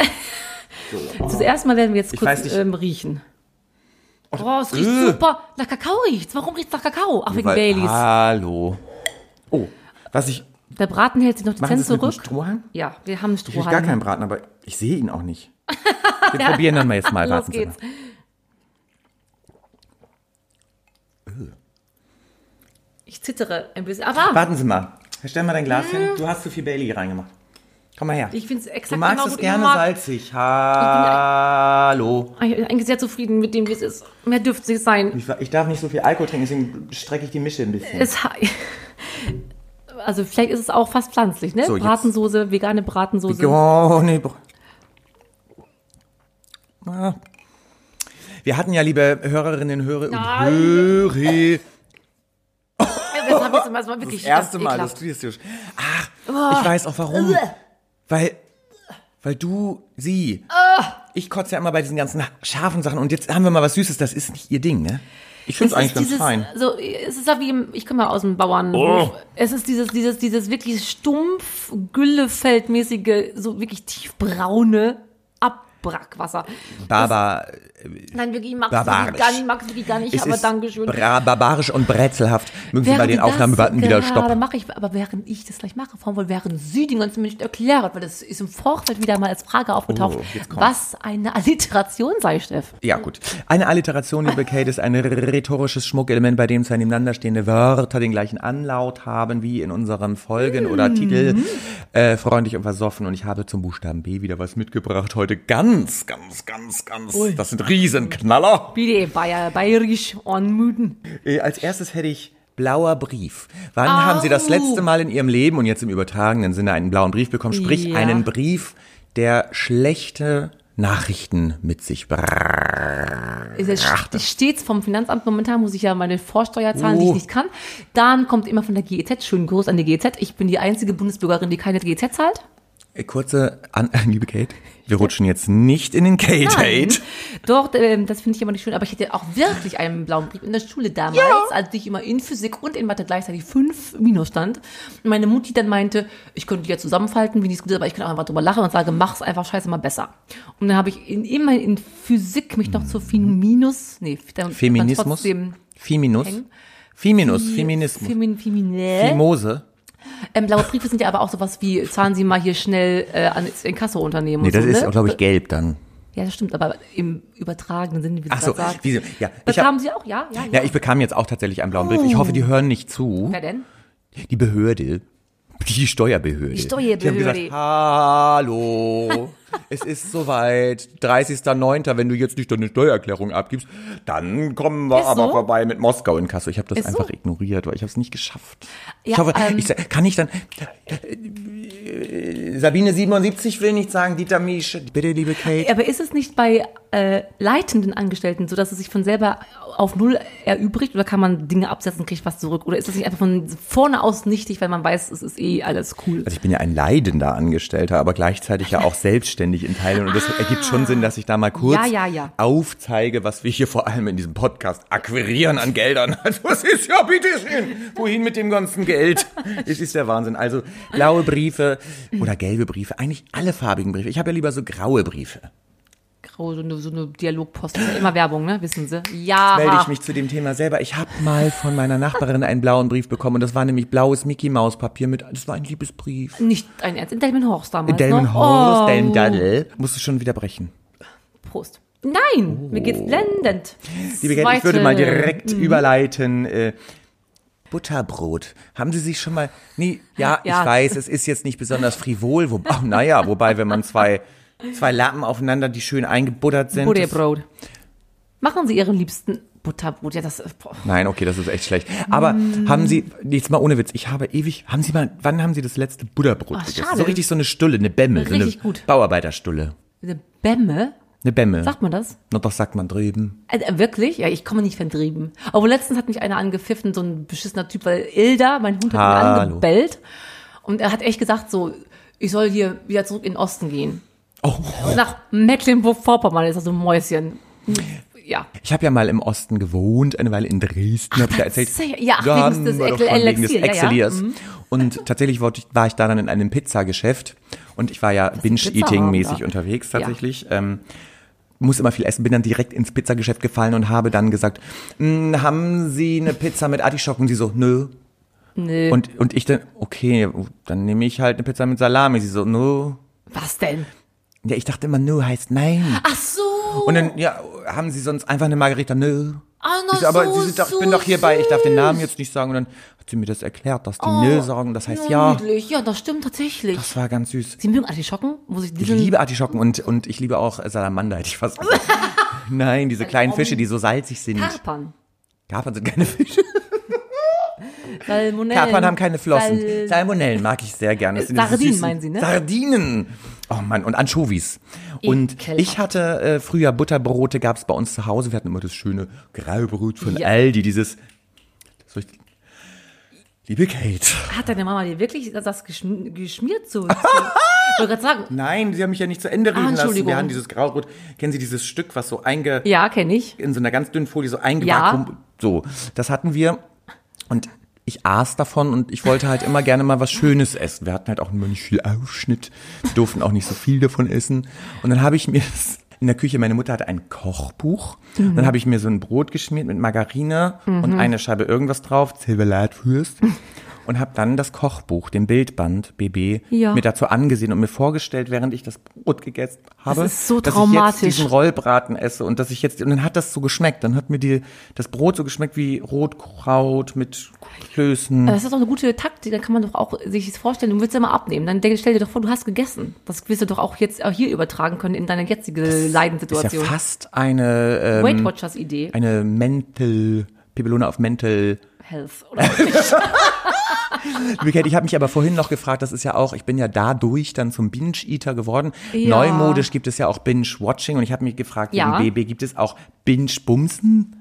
Speaker 2: zuerst mal werden wir jetzt
Speaker 1: weiß
Speaker 2: kurz
Speaker 1: nicht.
Speaker 2: ähm, riechen. Oh, es riecht
Speaker 1: äh.
Speaker 2: super. Nach Kakao riecht's. Warum riecht's nach Kakao? Ach, wegen
Speaker 1: Weil- Ah.
Speaker 2: Baileys.
Speaker 1: Hallo. Oh, was ich
Speaker 2: Der Braten hält sich noch
Speaker 1: Machen
Speaker 2: dezent
Speaker 1: Sie es mit einem
Speaker 2: zurück.
Speaker 1: Strohhalm?
Speaker 2: Ja, wir haben einen
Speaker 1: Ich will gar
Speaker 2: Strohhalm.
Speaker 1: keinen Braten, aber ich sehe ihn auch nicht. Wir probieren dann mal jetzt mal.
Speaker 2: Los
Speaker 1: Warten Sie
Speaker 2: geht's.
Speaker 1: mal.
Speaker 2: Ich zittere ein bisschen. Aber
Speaker 1: Warten Sie mal. Stell mal dein Glas hin. Du hast zu viel Bailey reingemacht. Komm mal her.
Speaker 2: Hm. ich finde es exakt
Speaker 1: du magst
Speaker 2: genau
Speaker 1: es
Speaker 2: gut.
Speaker 1: gerne
Speaker 2: Ich mag-
Speaker 1: salzig. Hallo.
Speaker 2: Ich bin eigentlich sehr zufrieden mit dem, wie es ist. Mehr dürfte es nicht sein.
Speaker 1: Ich, ich darf nicht so viel Alkohol trinken, deswegen strecke ich die Mische ein bisschen.
Speaker 2: Es, ha- also vielleicht ist es auch fast pflanzlich, ne?
Speaker 1: So, jetzt-
Speaker 2: Bratensoße, vegane Bratensoße.
Speaker 1: Oh, nee. br- Ah. Wir hatten ja, liebe Hörerinnen und Hörer,
Speaker 2: Nein.
Speaker 1: Hörer
Speaker 2: Das habe ich zum ersten Mal wirklich
Speaker 1: Das erste
Speaker 2: ganz
Speaker 1: Mal, dass
Speaker 2: ekelhaft. Oh. Äh.
Speaker 1: du das tust.
Speaker 2: Äh.
Speaker 1: Ach, ich weiß auch warum. Weil, weil du sie ich kotze ja immer bei diesen ganzen scharfen Sachen und jetzt haben wir mal was Süßes, das ist nicht ihr Ding, ne? Ich finde es eigentlich
Speaker 2: ist
Speaker 1: ganz
Speaker 2: dieses,
Speaker 1: fein.
Speaker 2: So, es ist ja wie, im- ich komme ja aus dem Bauernhof. Es ist dieses, dieses, dieses wirklich stumpf, güllefeldmäßige, so wirklich tiefbraune Abbrackwasser.
Speaker 1: Barbar,
Speaker 2: Nein, wirklich, ich mag es
Speaker 1: Barbarisch.
Speaker 2: wirklich gar nicht, mag es wirklich gar nicht,
Speaker 1: es
Speaker 2: aber
Speaker 1: ist
Speaker 2: Dankeschön.
Speaker 1: bra- barbarisch und brätselhaft. Mögen Sie bei
Speaker 2: Während
Speaker 1: den
Speaker 2: das
Speaker 1: Aufnahmewarten wieder
Speaker 2: gerade
Speaker 1: stoppen.
Speaker 2: mache ich, aber während ich das gleich mache, Frau wohl, während Sie den ganzen Menschen erklärt, weil das ist im Vorfeld wieder mal als Frage aufgetaucht,
Speaker 1: Oh, jetzt kommt's.
Speaker 2: was eine Alliteration sei, Steff.
Speaker 1: Ja, gut. Eine Alliteration, liebe Kate, ist ein rhetorisches Schmuckelement, bei dem zwei nebeneinanderstehende Wörter den gleichen Anlaut haben wie in unseren Folgen
Speaker 2: Mhm.
Speaker 1: oder Titel. Äh, freundlich und versoffen. Und ich habe zum Buchstaben B wieder was mitgebracht. Heute ganz, ganz, ganz, ganz. Das sind Riesenknaller.
Speaker 2: Bitte, Bayer, bayerisch anmuten.
Speaker 1: Äh, als erstes hätte ich blauer Brief. Wann haben Sie das
Speaker 2: Au.
Speaker 1: letzte Mal in Ihrem Leben und jetzt im übertragenen Sinne einen blauen Brief bekommen? Sprich,
Speaker 2: Ja.
Speaker 1: einen Brief, der schlechte Nachrichten mit sich brachte.
Speaker 2: Ist es st- stets vom Finanzamt momentan, muss ich ja meine Vorsteuer zahlen, die
Speaker 1: Oh.
Speaker 2: ich nicht kann. Dann kommt immer von der GEZ, schönen Gruß an die GEZ. Ich bin die einzige Bundesbürgerin, die keine GEZ zahlt.
Speaker 1: Äh, Kurze, an liebe Kate, wir rutschen jetzt nicht in den Kate-Hate.
Speaker 2: Dort, ähm, das finde ich immer nicht schön, aber ich hätte auch wirklich einen blauen Brief in der Schule damals, als ich immer in Physik und in Mathe gleichzeitig fünf Minus stand. Und meine Mutti dann meinte, ich könnte die ja zusammenfalten, wie nichts gut ist, aber ich könnte auch einfach drüber lachen und sage, mach's einfach scheiße mal besser. Und dann habe ich in, immer in Physik mich noch zu Fin Minus, nee, dann- dann
Speaker 1: Feminismus,
Speaker 2: trotzdem
Speaker 1: Feminus, Feminus, Feminismus,
Speaker 2: Femin, Feminä.
Speaker 1: Fimose.
Speaker 2: Ähm, blaue Briefe sind ja aber auch sowas wie, zahlen Sie mal hier schnell äh, an das Inkasso-Unternehmen.
Speaker 1: Nee,
Speaker 2: und
Speaker 1: das
Speaker 2: so,
Speaker 1: ist,
Speaker 2: ne?
Speaker 1: glaube ich, gelb dann.
Speaker 2: Ja, das stimmt, aber im übertragenen Sinne, wie du
Speaker 1: Ach so,
Speaker 2: das sagst.
Speaker 1: wie, ja, ich
Speaker 2: Bekamen
Speaker 1: hab,
Speaker 2: Sie auch? Ja, ja, ja.
Speaker 1: ja, ich bekam jetzt auch tatsächlich einen blauen Brief. Ich hoffe, die hören nicht zu.
Speaker 2: Wer denn?
Speaker 1: Die Behörde. Die Steuerbehörde. Die
Speaker 2: Steuerbehörde.
Speaker 1: Die haben gesagt, hallo, es ist soweit, 30.09., wenn du jetzt nicht deine Steuererklärung abgibst, dann kommen wir
Speaker 2: Ist
Speaker 1: aber
Speaker 2: so.
Speaker 1: vorbei mit Moskau in Kassel. Ich habe das
Speaker 2: Ist so.
Speaker 1: einfach ignoriert, weil ich habe es nicht geschafft. ich
Speaker 2: Ja,
Speaker 1: hoffe,
Speaker 2: ähm,
Speaker 1: ich, sa- kann ich dann, äh, Sabine 77 will nicht sagen, Dieter Miesch, bitte, liebe Kate.
Speaker 2: Aber ist es nicht bei äh, leitenden Angestellten so, dass es sich von selber auf Null erübrigt oder kann man Dinge absetzen, kriegt was zurück? Oder ist es nicht einfach von vorne aus nichtig, weil man weiß, es ist eh alles cool?
Speaker 1: Also ich bin ja ein leidender Angestellter, aber gleichzeitig ja auch selbstständig in Teilen. Und das ergibt schon Sinn, dass ich da mal kurz
Speaker 2: Ah. Ja, ja, ja.
Speaker 1: aufzeige, was wir hier vor allem in diesem Podcast akquirieren an Geldern. Also was ist ja bitte schön, wohin mit dem ganzen Geld? Es ist der Wahnsinn. Also blaue Briefe oder gelbe Briefe, eigentlich alle farbigen Briefe. Ich habe ja lieber so graue Briefe.
Speaker 2: Grau, so eine, so eine Dialogpost, ist ja immer Werbung, ne? Wissen Sie? Ja.
Speaker 1: melde ich mich zu dem Thema selber. Ich habe mal von meiner Nachbarin einen blauen Brief bekommen und das war nämlich blaues Mickey Maus Papier mit. Das war ein Liebesbrief.
Speaker 2: Nicht ein Ernst. In Delmen Horst damals.
Speaker 1: Delmen
Speaker 2: ne?
Speaker 1: Horst,
Speaker 2: Oh,
Speaker 1: Delmen Daddel. Musst du schon wieder brechen.
Speaker 2: Prost. Nein, mir geht's blendend.
Speaker 1: Oh. Liebe Gerd, ich
Speaker 2: Zweite- Mhm.
Speaker 1: würde mal direkt überleiten. Äh, Butterbrot. Haben Sie sich schon mal. Nee, ja,
Speaker 2: Ja.
Speaker 1: ich weiß, es ist jetzt nicht besonders frivol. Wo, oh, naja, wobei, wenn man zwei, zwei Lappen aufeinander, die schön eingebuttert sind. das-
Speaker 2: Butterbrot. Machen Sie Ihren liebsten Butterbrot. Ja, das. Boah.
Speaker 1: Nein, okay, das ist echt schlecht. Aber
Speaker 2: Mhm.
Speaker 1: haben Sie, jetzt mal ohne Witz, ich habe ewig, haben Sie mal, wann haben Sie das letzte Butterbrot
Speaker 2: Ach,
Speaker 1: gegessen?
Speaker 2: Ah, schade.
Speaker 1: So richtig so eine Stulle, eine Bämme. so eine
Speaker 2: Richtig gut.
Speaker 1: Bauarbeiterstulle.
Speaker 2: Eine Bämme?
Speaker 1: Eine Bämme.
Speaker 2: Sagt man das?
Speaker 1: Na, das sagt man drüben.
Speaker 2: Also, äh, wirklich? Ja, ich komme nicht vertrieben. Obwohl letztens hat mich einer angepfiffen, so ein beschissener Typ, weil Ilda, mein Hund, hat
Speaker 1: Hallo.
Speaker 2: mich angebellt. Und er hat echt gesagt, so, ich soll hier wieder zurück in den Osten gehen.
Speaker 1: Oh.
Speaker 2: Nach Mecklenburg-Vorpommern ist das so ein Mäuschen. Ja.
Speaker 1: Ich habe ja mal im Osten gewohnt, eine Weile in Dresden, habe ich da erzählt.
Speaker 2: tatsächlich? Ja, ach,
Speaker 1: Da
Speaker 2: wegen
Speaker 1: haben
Speaker 2: des
Speaker 1: wir doch
Speaker 2: Ekel-
Speaker 1: schon wegen des
Speaker 2: Elixier, ja, Mhm. ja.
Speaker 1: Exiliers. Und tatsächlich wollte ich, war ich da dann in einem Pizzageschäft und ich war ja
Speaker 2: Pizza haben
Speaker 1: Binge-Eating-mäßig
Speaker 2: da.
Speaker 1: unterwegs tatsächlich. Ähm, muss immer viel essen, bin dann direkt ins Pizzageschäft gefallen und habe dann gesagt, "Mm, haben Sie eine Pizza mit Artischocken? Und sie so, nö.
Speaker 2: Nö.
Speaker 1: Und, und ich dann, okay, dann nehme ich halt eine Pizza mit Salami. Sie so, nö.
Speaker 2: Was denn?
Speaker 1: Ja, ich dachte immer, nö heißt nein.
Speaker 2: Ach so.
Speaker 1: Und dann, ja, haben Sie sonst einfach eine Margarita? Nö.
Speaker 2: Ah, na,
Speaker 1: Ich so, aber
Speaker 2: so
Speaker 1: sie sind doch, ich bin
Speaker 2: süß.
Speaker 1: doch hierbei, ich darf den Namen jetzt nicht sagen. Und dann hat sie mir das erklärt, dass die
Speaker 2: Oh,
Speaker 1: Nö sagen, das heißt ja.
Speaker 2: Niedlich. Ja, das stimmt tatsächlich.
Speaker 1: Das war ganz süß.
Speaker 2: Sie mögen Artischocken? Muss ich
Speaker 1: Ich
Speaker 2: diesen
Speaker 1: liebe Artischocken und, und ich liebe auch Salamander, hätte ich fast gesagt. Nein, diese kleinen Fische, die so salzig sind.
Speaker 2: Karpern?
Speaker 1: Kapern sind keine Fische.
Speaker 2: Salmonellen.
Speaker 1: Kapern haben keine Flossen.
Speaker 2: Sal-
Speaker 1: Salmonellen mag ich sehr gerne. Das sind diese
Speaker 2: Sardinen
Speaker 1: süßen-
Speaker 2: meinen Sie, ne?
Speaker 1: Sardinen. Oh Mann, und Anchovies. Und
Speaker 2: Ekelhaft.
Speaker 1: ich hatte äh, früher Butterbrote, gab's bei uns zu Hause. Wir hatten immer das schöne Graubrot von
Speaker 2: Ja.
Speaker 1: Aldi, dieses... Soll ich, liebe Kate...
Speaker 2: Hat deine Mama dir wirklich das geschm- geschmiert so? wollte gerade sagen.
Speaker 1: Nein, Sie haben mich ja nicht zu Ende
Speaker 2: Ah,
Speaker 1: reden lassen.
Speaker 2: Entschuldigung.
Speaker 1: Wir haben dieses Graurot. Kennen Sie dieses Stück, was so einge
Speaker 2: Ja, kenne ich.
Speaker 1: in so einer ganz dünnen Folie so
Speaker 2: Ja.
Speaker 1: eingewackelt. So, das hatten wir und ich aß davon und ich wollte halt immer gerne mal was Schönes essen. Wir hatten halt auch immer nicht viel Ausschnitt, wir durften auch nicht so viel davon essen. Und dann habe ich mir das in der Küche, meine Mutter hatte ein Kochbuch. Dann
Speaker 2: Mhm.
Speaker 1: habe ich mir so ein Brot geschmiert mit Margarine und eine Scheibe irgendwas drauf, Silberleitwürst. Und habe dann das Kochbuch, den Bildband BB,
Speaker 2: Ja.
Speaker 1: mir dazu angesehen und mir vorgestellt, während ich das Brot gegessen habe,
Speaker 2: ist so
Speaker 1: dass ich
Speaker 2: traumatisch.
Speaker 1: jetzt diesen Rollbraten esse und dass ich jetzt und dann hat das so geschmeckt, dann hat mir die das Brot so geschmeckt wie Rotkraut mit Klößen.
Speaker 2: Das ist doch eine gute Taktik, dann kann man doch auch sich das vorstellen, du willst ja mal abnehmen. Dann denk- stell dir doch vor, du hast gegessen. Das wirst du doch auch jetzt auch hier übertragen können in deine jetzige
Speaker 1: ist ja
Speaker 2: Leidensituation.
Speaker 1: fast eine
Speaker 2: Weight Watchers Idee.
Speaker 1: äh, eine Mental Pibelone auf Mental.
Speaker 2: Health. Oder?
Speaker 1: Liebe Kate, Ich habe mich aber vorhin noch gefragt, das ist ja auch, ich bin ja dadurch dann zum Binge-Eater geworden.
Speaker 2: Ja.
Speaker 1: Neumodisch gibt es ja auch Binge-Watching und ich habe mich gefragt,
Speaker 2: Ja.
Speaker 1: wegen BB gibt es auch Binge-Bumsen?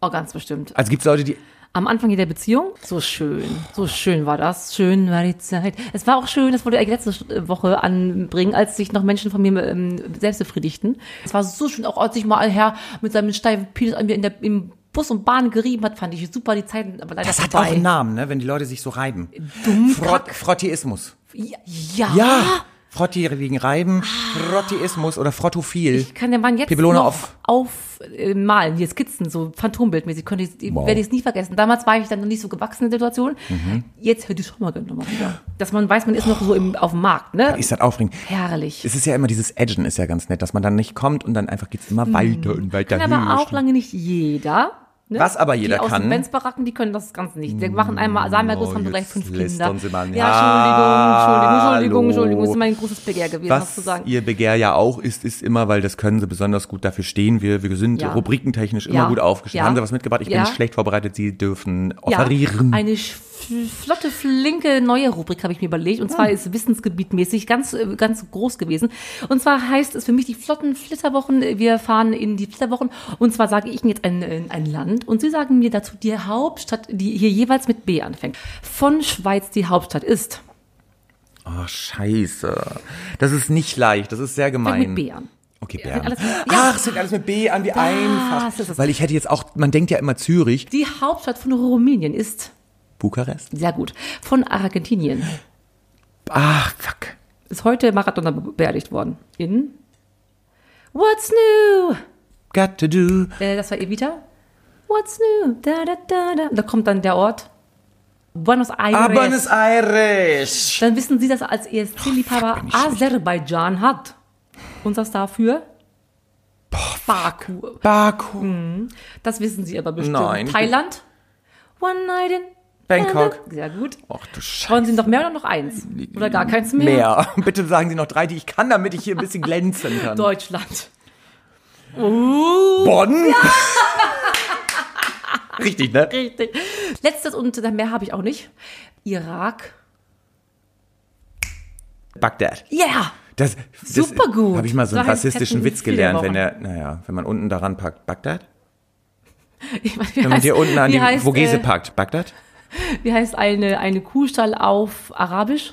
Speaker 2: Oh, ganz bestimmt.
Speaker 1: Also gibt es Leute, die
Speaker 2: Am Anfang jeder Beziehung, so schön, so schön war das, schön war die Zeit. Es war auch schön, das wollte ich letzte Woche anbringen, als sich noch Menschen von mir ähm, selbst befriedigten. Es war so schön, auch als sich mal ein Herr mit seinem steifen Penis an mir in der, im Bus und Bahn gerieben hat, fand ich super die Zeiten, aber leider
Speaker 1: das hat auch
Speaker 2: vorbei.
Speaker 1: einen Namen, ne? wenn die Leute sich so reiben. Frott, Frottiismus.
Speaker 2: ja, ja,
Speaker 1: Ja, Frotti wegen Reiben,
Speaker 2: Ah.
Speaker 1: Frottiismus oder Frottophil.
Speaker 2: Ich kann den Mann jetzt
Speaker 1: Pebelone
Speaker 2: noch
Speaker 1: auf.
Speaker 2: auf äh, malen, hier skizzen, so phantombildmäßig. Könnte ich, Werde ich es nie vergessen. Damals war ich dann noch nicht so gewachsen in der Situation.
Speaker 1: Mhm.
Speaker 2: Jetzt hört die schon mal gerne nochmal wieder. Dass man weiß, man ist noch so im, auf dem Markt, ne?
Speaker 1: Ist das aufregend?
Speaker 2: Herrlich.
Speaker 1: Es ist ja immer dieses Edgen ist ja ganz nett, dass man dann nicht kommt und dann einfach geht's immer weiter und weiter.
Speaker 2: Mhm. kann aber
Speaker 1: höher.
Speaker 2: auch lange nicht jeder. Ne?
Speaker 1: ne? Was aber jeder
Speaker 2: die aus
Speaker 1: kann. Mm,
Speaker 2: Den Benzbaracken, die können das Ganze nicht. Die machen einmal, sagen wir groß, haben
Speaker 1: jetzt
Speaker 2: vielleicht fünf Kinder.
Speaker 1: lästern sie mal.
Speaker 2: Ja, Entschuldigung, Entschuldigung,
Speaker 1: Ah, Hallo.
Speaker 2: Entschuldigung. Das ist mein großes Begehr gewesen, was, zu
Speaker 1: Was
Speaker 2: sagen.
Speaker 1: ihr Begehr ja auch ist, ist immer, weil das können sie besonders gut, dafür stehen wir. Wir sind
Speaker 2: Ja.
Speaker 1: rubrikentechnisch immer
Speaker 2: Ja.
Speaker 1: gut aufgestellt.
Speaker 2: Ja.
Speaker 1: Haben sie was mitgebracht? Ich
Speaker 2: Ja.
Speaker 1: bin schlecht vorbereitet, sie dürfen
Speaker 2: Ja,
Speaker 1: offerieren.
Speaker 2: eine sch- flotte, flinke neue Rubrik habe ich mir überlegt. Und zwar ist wissensgebietmäßig ganz, äh, ganz groß gewesen. Und zwar heißt es für mich die flotten Flitterwochen. Wir fahren in die Flitterwochen. Und zwar sage ich Ihnen jetzt ein, äh, ein Land. Und Sie sagen mir dazu die Hauptstadt, die hier jeweils mit B anfängt. Von Schweiz die Hauptstadt ist.
Speaker 1: Oh, scheiße. Das ist nicht leicht, das ist sehr gemein.
Speaker 2: Fängt mit B an.
Speaker 1: Okay, Bern.
Speaker 2: alles- ja.
Speaker 1: Ach, es fängt alles mit B an, wie einfach.
Speaker 2: ist es.
Speaker 1: Weil ich hätte jetzt auch, man denkt ja immer Zürich,
Speaker 2: Die Hauptstadt von Rumänien ist.
Speaker 1: Bukarest.
Speaker 2: Sehr gut. Von Argentinien.
Speaker 1: Ach, fuck.
Speaker 2: Ist heute Maradona be- beerdigt worden. In. What's new?
Speaker 1: Got to do.
Speaker 2: Äh, das war Evita. What's new? Da, da, da, da. da kommt dann der Ort. Buenos Aires.
Speaker 1: Aber es ist Irish.
Speaker 2: dann wissen Sie, dass er als ESC-Liebhaber Aserbaidschan hat. Unser Star für Baku.
Speaker 1: Baku.
Speaker 2: Das wissen Sie aber bestimmt.
Speaker 1: Nein.
Speaker 2: Thailand. One night in
Speaker 1: Bangkok.
Speaker 2: Sehr gut.
Speaker 1: Ach du Scheiße.
Speaker 2: Wollen Sie noch mehr oder noch eins? Oder gar keins mehr?
Speaker 1: Mehr. Bitte sagen Sie noch drei, die ich kann, damit ich hier ein bisschen glänzen kann.
Speaker 2: Deutschland. Uh,
Speaker 1: Bonn. Richtig, ne?
Speaker 2: richtig. Letztes und mehr habe ich auch nicht. Irak.
Speaker 1: Bagdad.
Speaker 2: Yeah!
Speaker 1: Das, das
Speaker 2: Supergut.
Speaker 1: Habe ich mal so einen
Speaker 2: So heißt-
Speaker 1: rassistischen
Speaker 2: hätten
Speaker 1: Witz
Speaker 2: viele
Speaker 1: gelernt,
Speaker 2: Wochen.
Speaker 1: wenn der, naja, wenn man unten daran packt, Bagdad?
Speaker 2: Ich meine, wie
Speaker 1: Wenn man
Speaker 2: heißt-
Speaker 1: hier unten an
Speaker 2: wie
Speaker 1: die
Speaker 2: heißt,
Speaker 1: Vogese
Speaker 2: äh,
Speaker 1: packt, Bagdad?
Speaker 2: Wie heißt eine, eine Kuhstall auf Arabisch?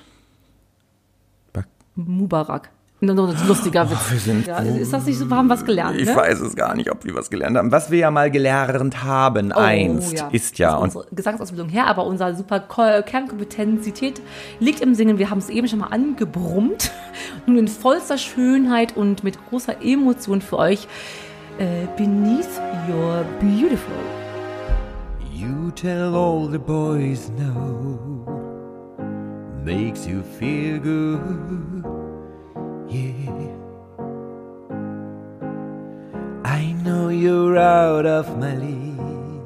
Speaker 1: Bag-
Speaker 2: Mubarak. Nur noch Ein lustiger Witz.
Speaker 1: wir sind-
Speaker 2: ja, also ist das nicht so? Wir haben was gelernt,
Speaker 1: Oh. Ich
Speaker 2: ne?
Speaker 1: weiß es gar nicht, ob wir was gelernt haben. Was wir ja mal gelernt haben, einst, ist ja.
Speaker 2: Oh, Das ist
Speaker 1: Und
Speaker 2: unsere Gesangsausbildung her, aber unsere super Ko- Kernkompetenzität liegt im Singen. Wir haben es eben schon mal angebrummt. Nun in vollster Schönheit und mit großer Emotion für euch. Äh, beneath your beautiful.
Speaker 3: You tell all the boys no makes you feel good. Yeah. I know you're out of my league,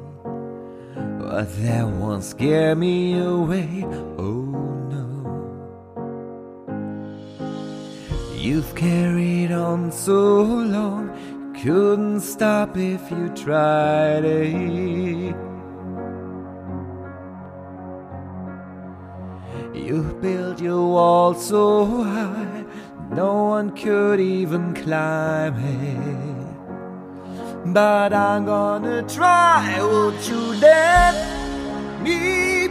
Speaker 3: but that won't scare me away. Oh no. You've carried on so long, couldn't stop if you tried it. You built your wall so high, no one could even climb it. But I'm gonna try, won't you let me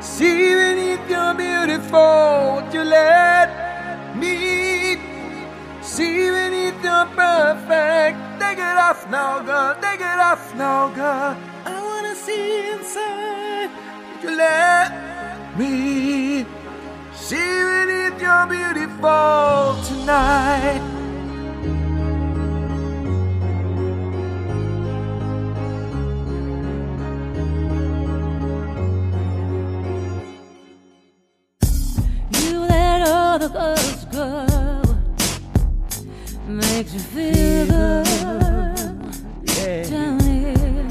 Speaker 3: see beneath your beautiful? Won't you let look perfect. Take it off now, girl. Take it off now, girl. I wanna see inside. Would you let me see beneath your beautiful tonight?
Speaker 2: You let other girls go. Makes you feel good. Down here.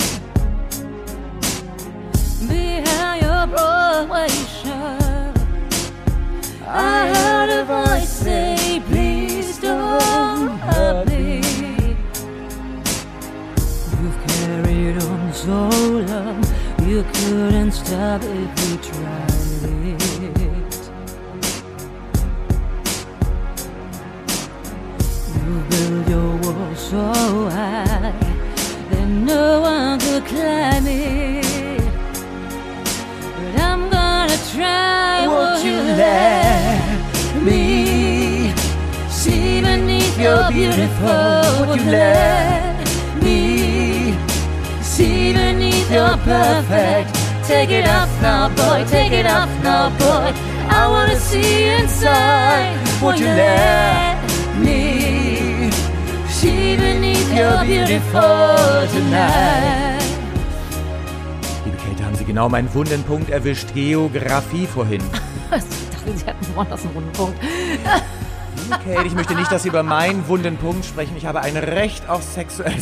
Speaker 2: Behind your Broadway show. I heard a voice say, please don't hurt me. You've carried on so long. You couldn't stop if you tried it. You build your wall so high that no one could climb it. But I'm gonna try.
Speaker 3: Won't you let
Speaker 2: me see beneath your
Speaker 3: You're
Speaker 2: beautiful?
Speaker 3: beautiful.
Speaker 2: Would you let me see beneath your perfect? Take it off now, boy. Take it off now, boy. I wanna see inside. Would you let me see beneath your beautiful tonight?
Speaker 1: Liebe Kate, da haben Sie genau meinen wunden Punkt erwischt. Geografie vorhin.
Speaker 2: Ich dachte, sie hatten woanders einen runden Punkt.
Speaker 1: Liebe Kate, ich möchte nicht, dass Sie über meinen wunden Punkt sprechen. Ich habe ein Recht auf sexuelle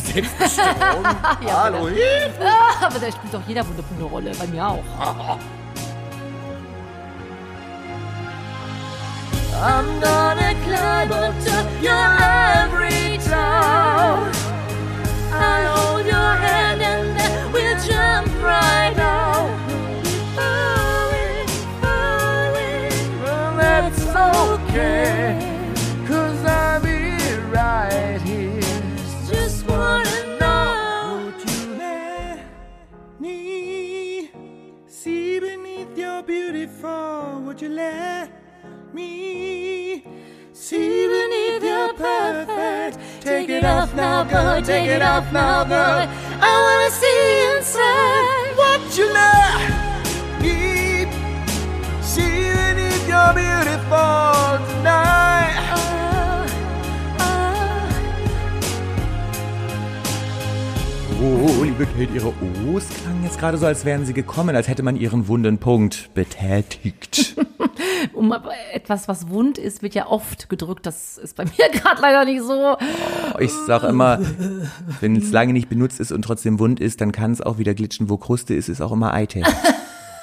Speaker 1: Selbstbestimmung. Hallo, Hilfe!
Speaker 2: Aber da spielt doch jeder wunderpunkt eine Rolle, bei mir auch. I'm gonna climb up to your every town. I'll hold your hand and then we'll jump right out. Falling, falling,
Speaker 3: Well, that's okay. Cause I'll be right here.
Speaker 2: just wanna know.
Speaker 1: Would you let me see beneath your beautiful? Would you let me see beneath your perfect?
Speaker 2: Take it off now, boy. Take it off now, boy. I wanna see inside. What?
Speaker 3: you let me see beneath your beautiful tonight?
Speaker 1: Oh, liebe Kate, ihre O's klangen jetzt gerade so, als wären sie gekommen, als hätte man ihren wunden Punkt betätigt.
Speaker 2: Um etwas, was wund ist, wird ja oft gedrückt. Das ist bei mir gerade leider nicht so.
Speaker 1: Ich sag immer, wenn es lange nicht benutzt ist und trotzdem wund ist, dann kann es auch wieder glitschen. Wo Kruste ist, ist auch immer Eite.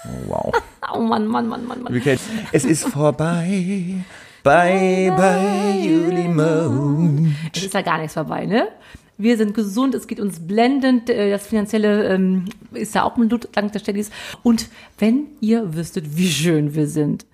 Speaker 1: Oh, wow.
Speaker 2: Oh Mann, Mann, Mann, Mann, Mann.
Speaker 1: Liebe Kate, es ist vorbei. Bye, bye, Julie Moon.
Speaker 2: Es ist ja gar nichts vorbei, ne? Wir sind gesund, es geht uns blendend. äh, Das Finanzielle ähm, ist ja auch ein Blut dank der Steadys. Und wenn ihr wüsstet, wie schön wir sind.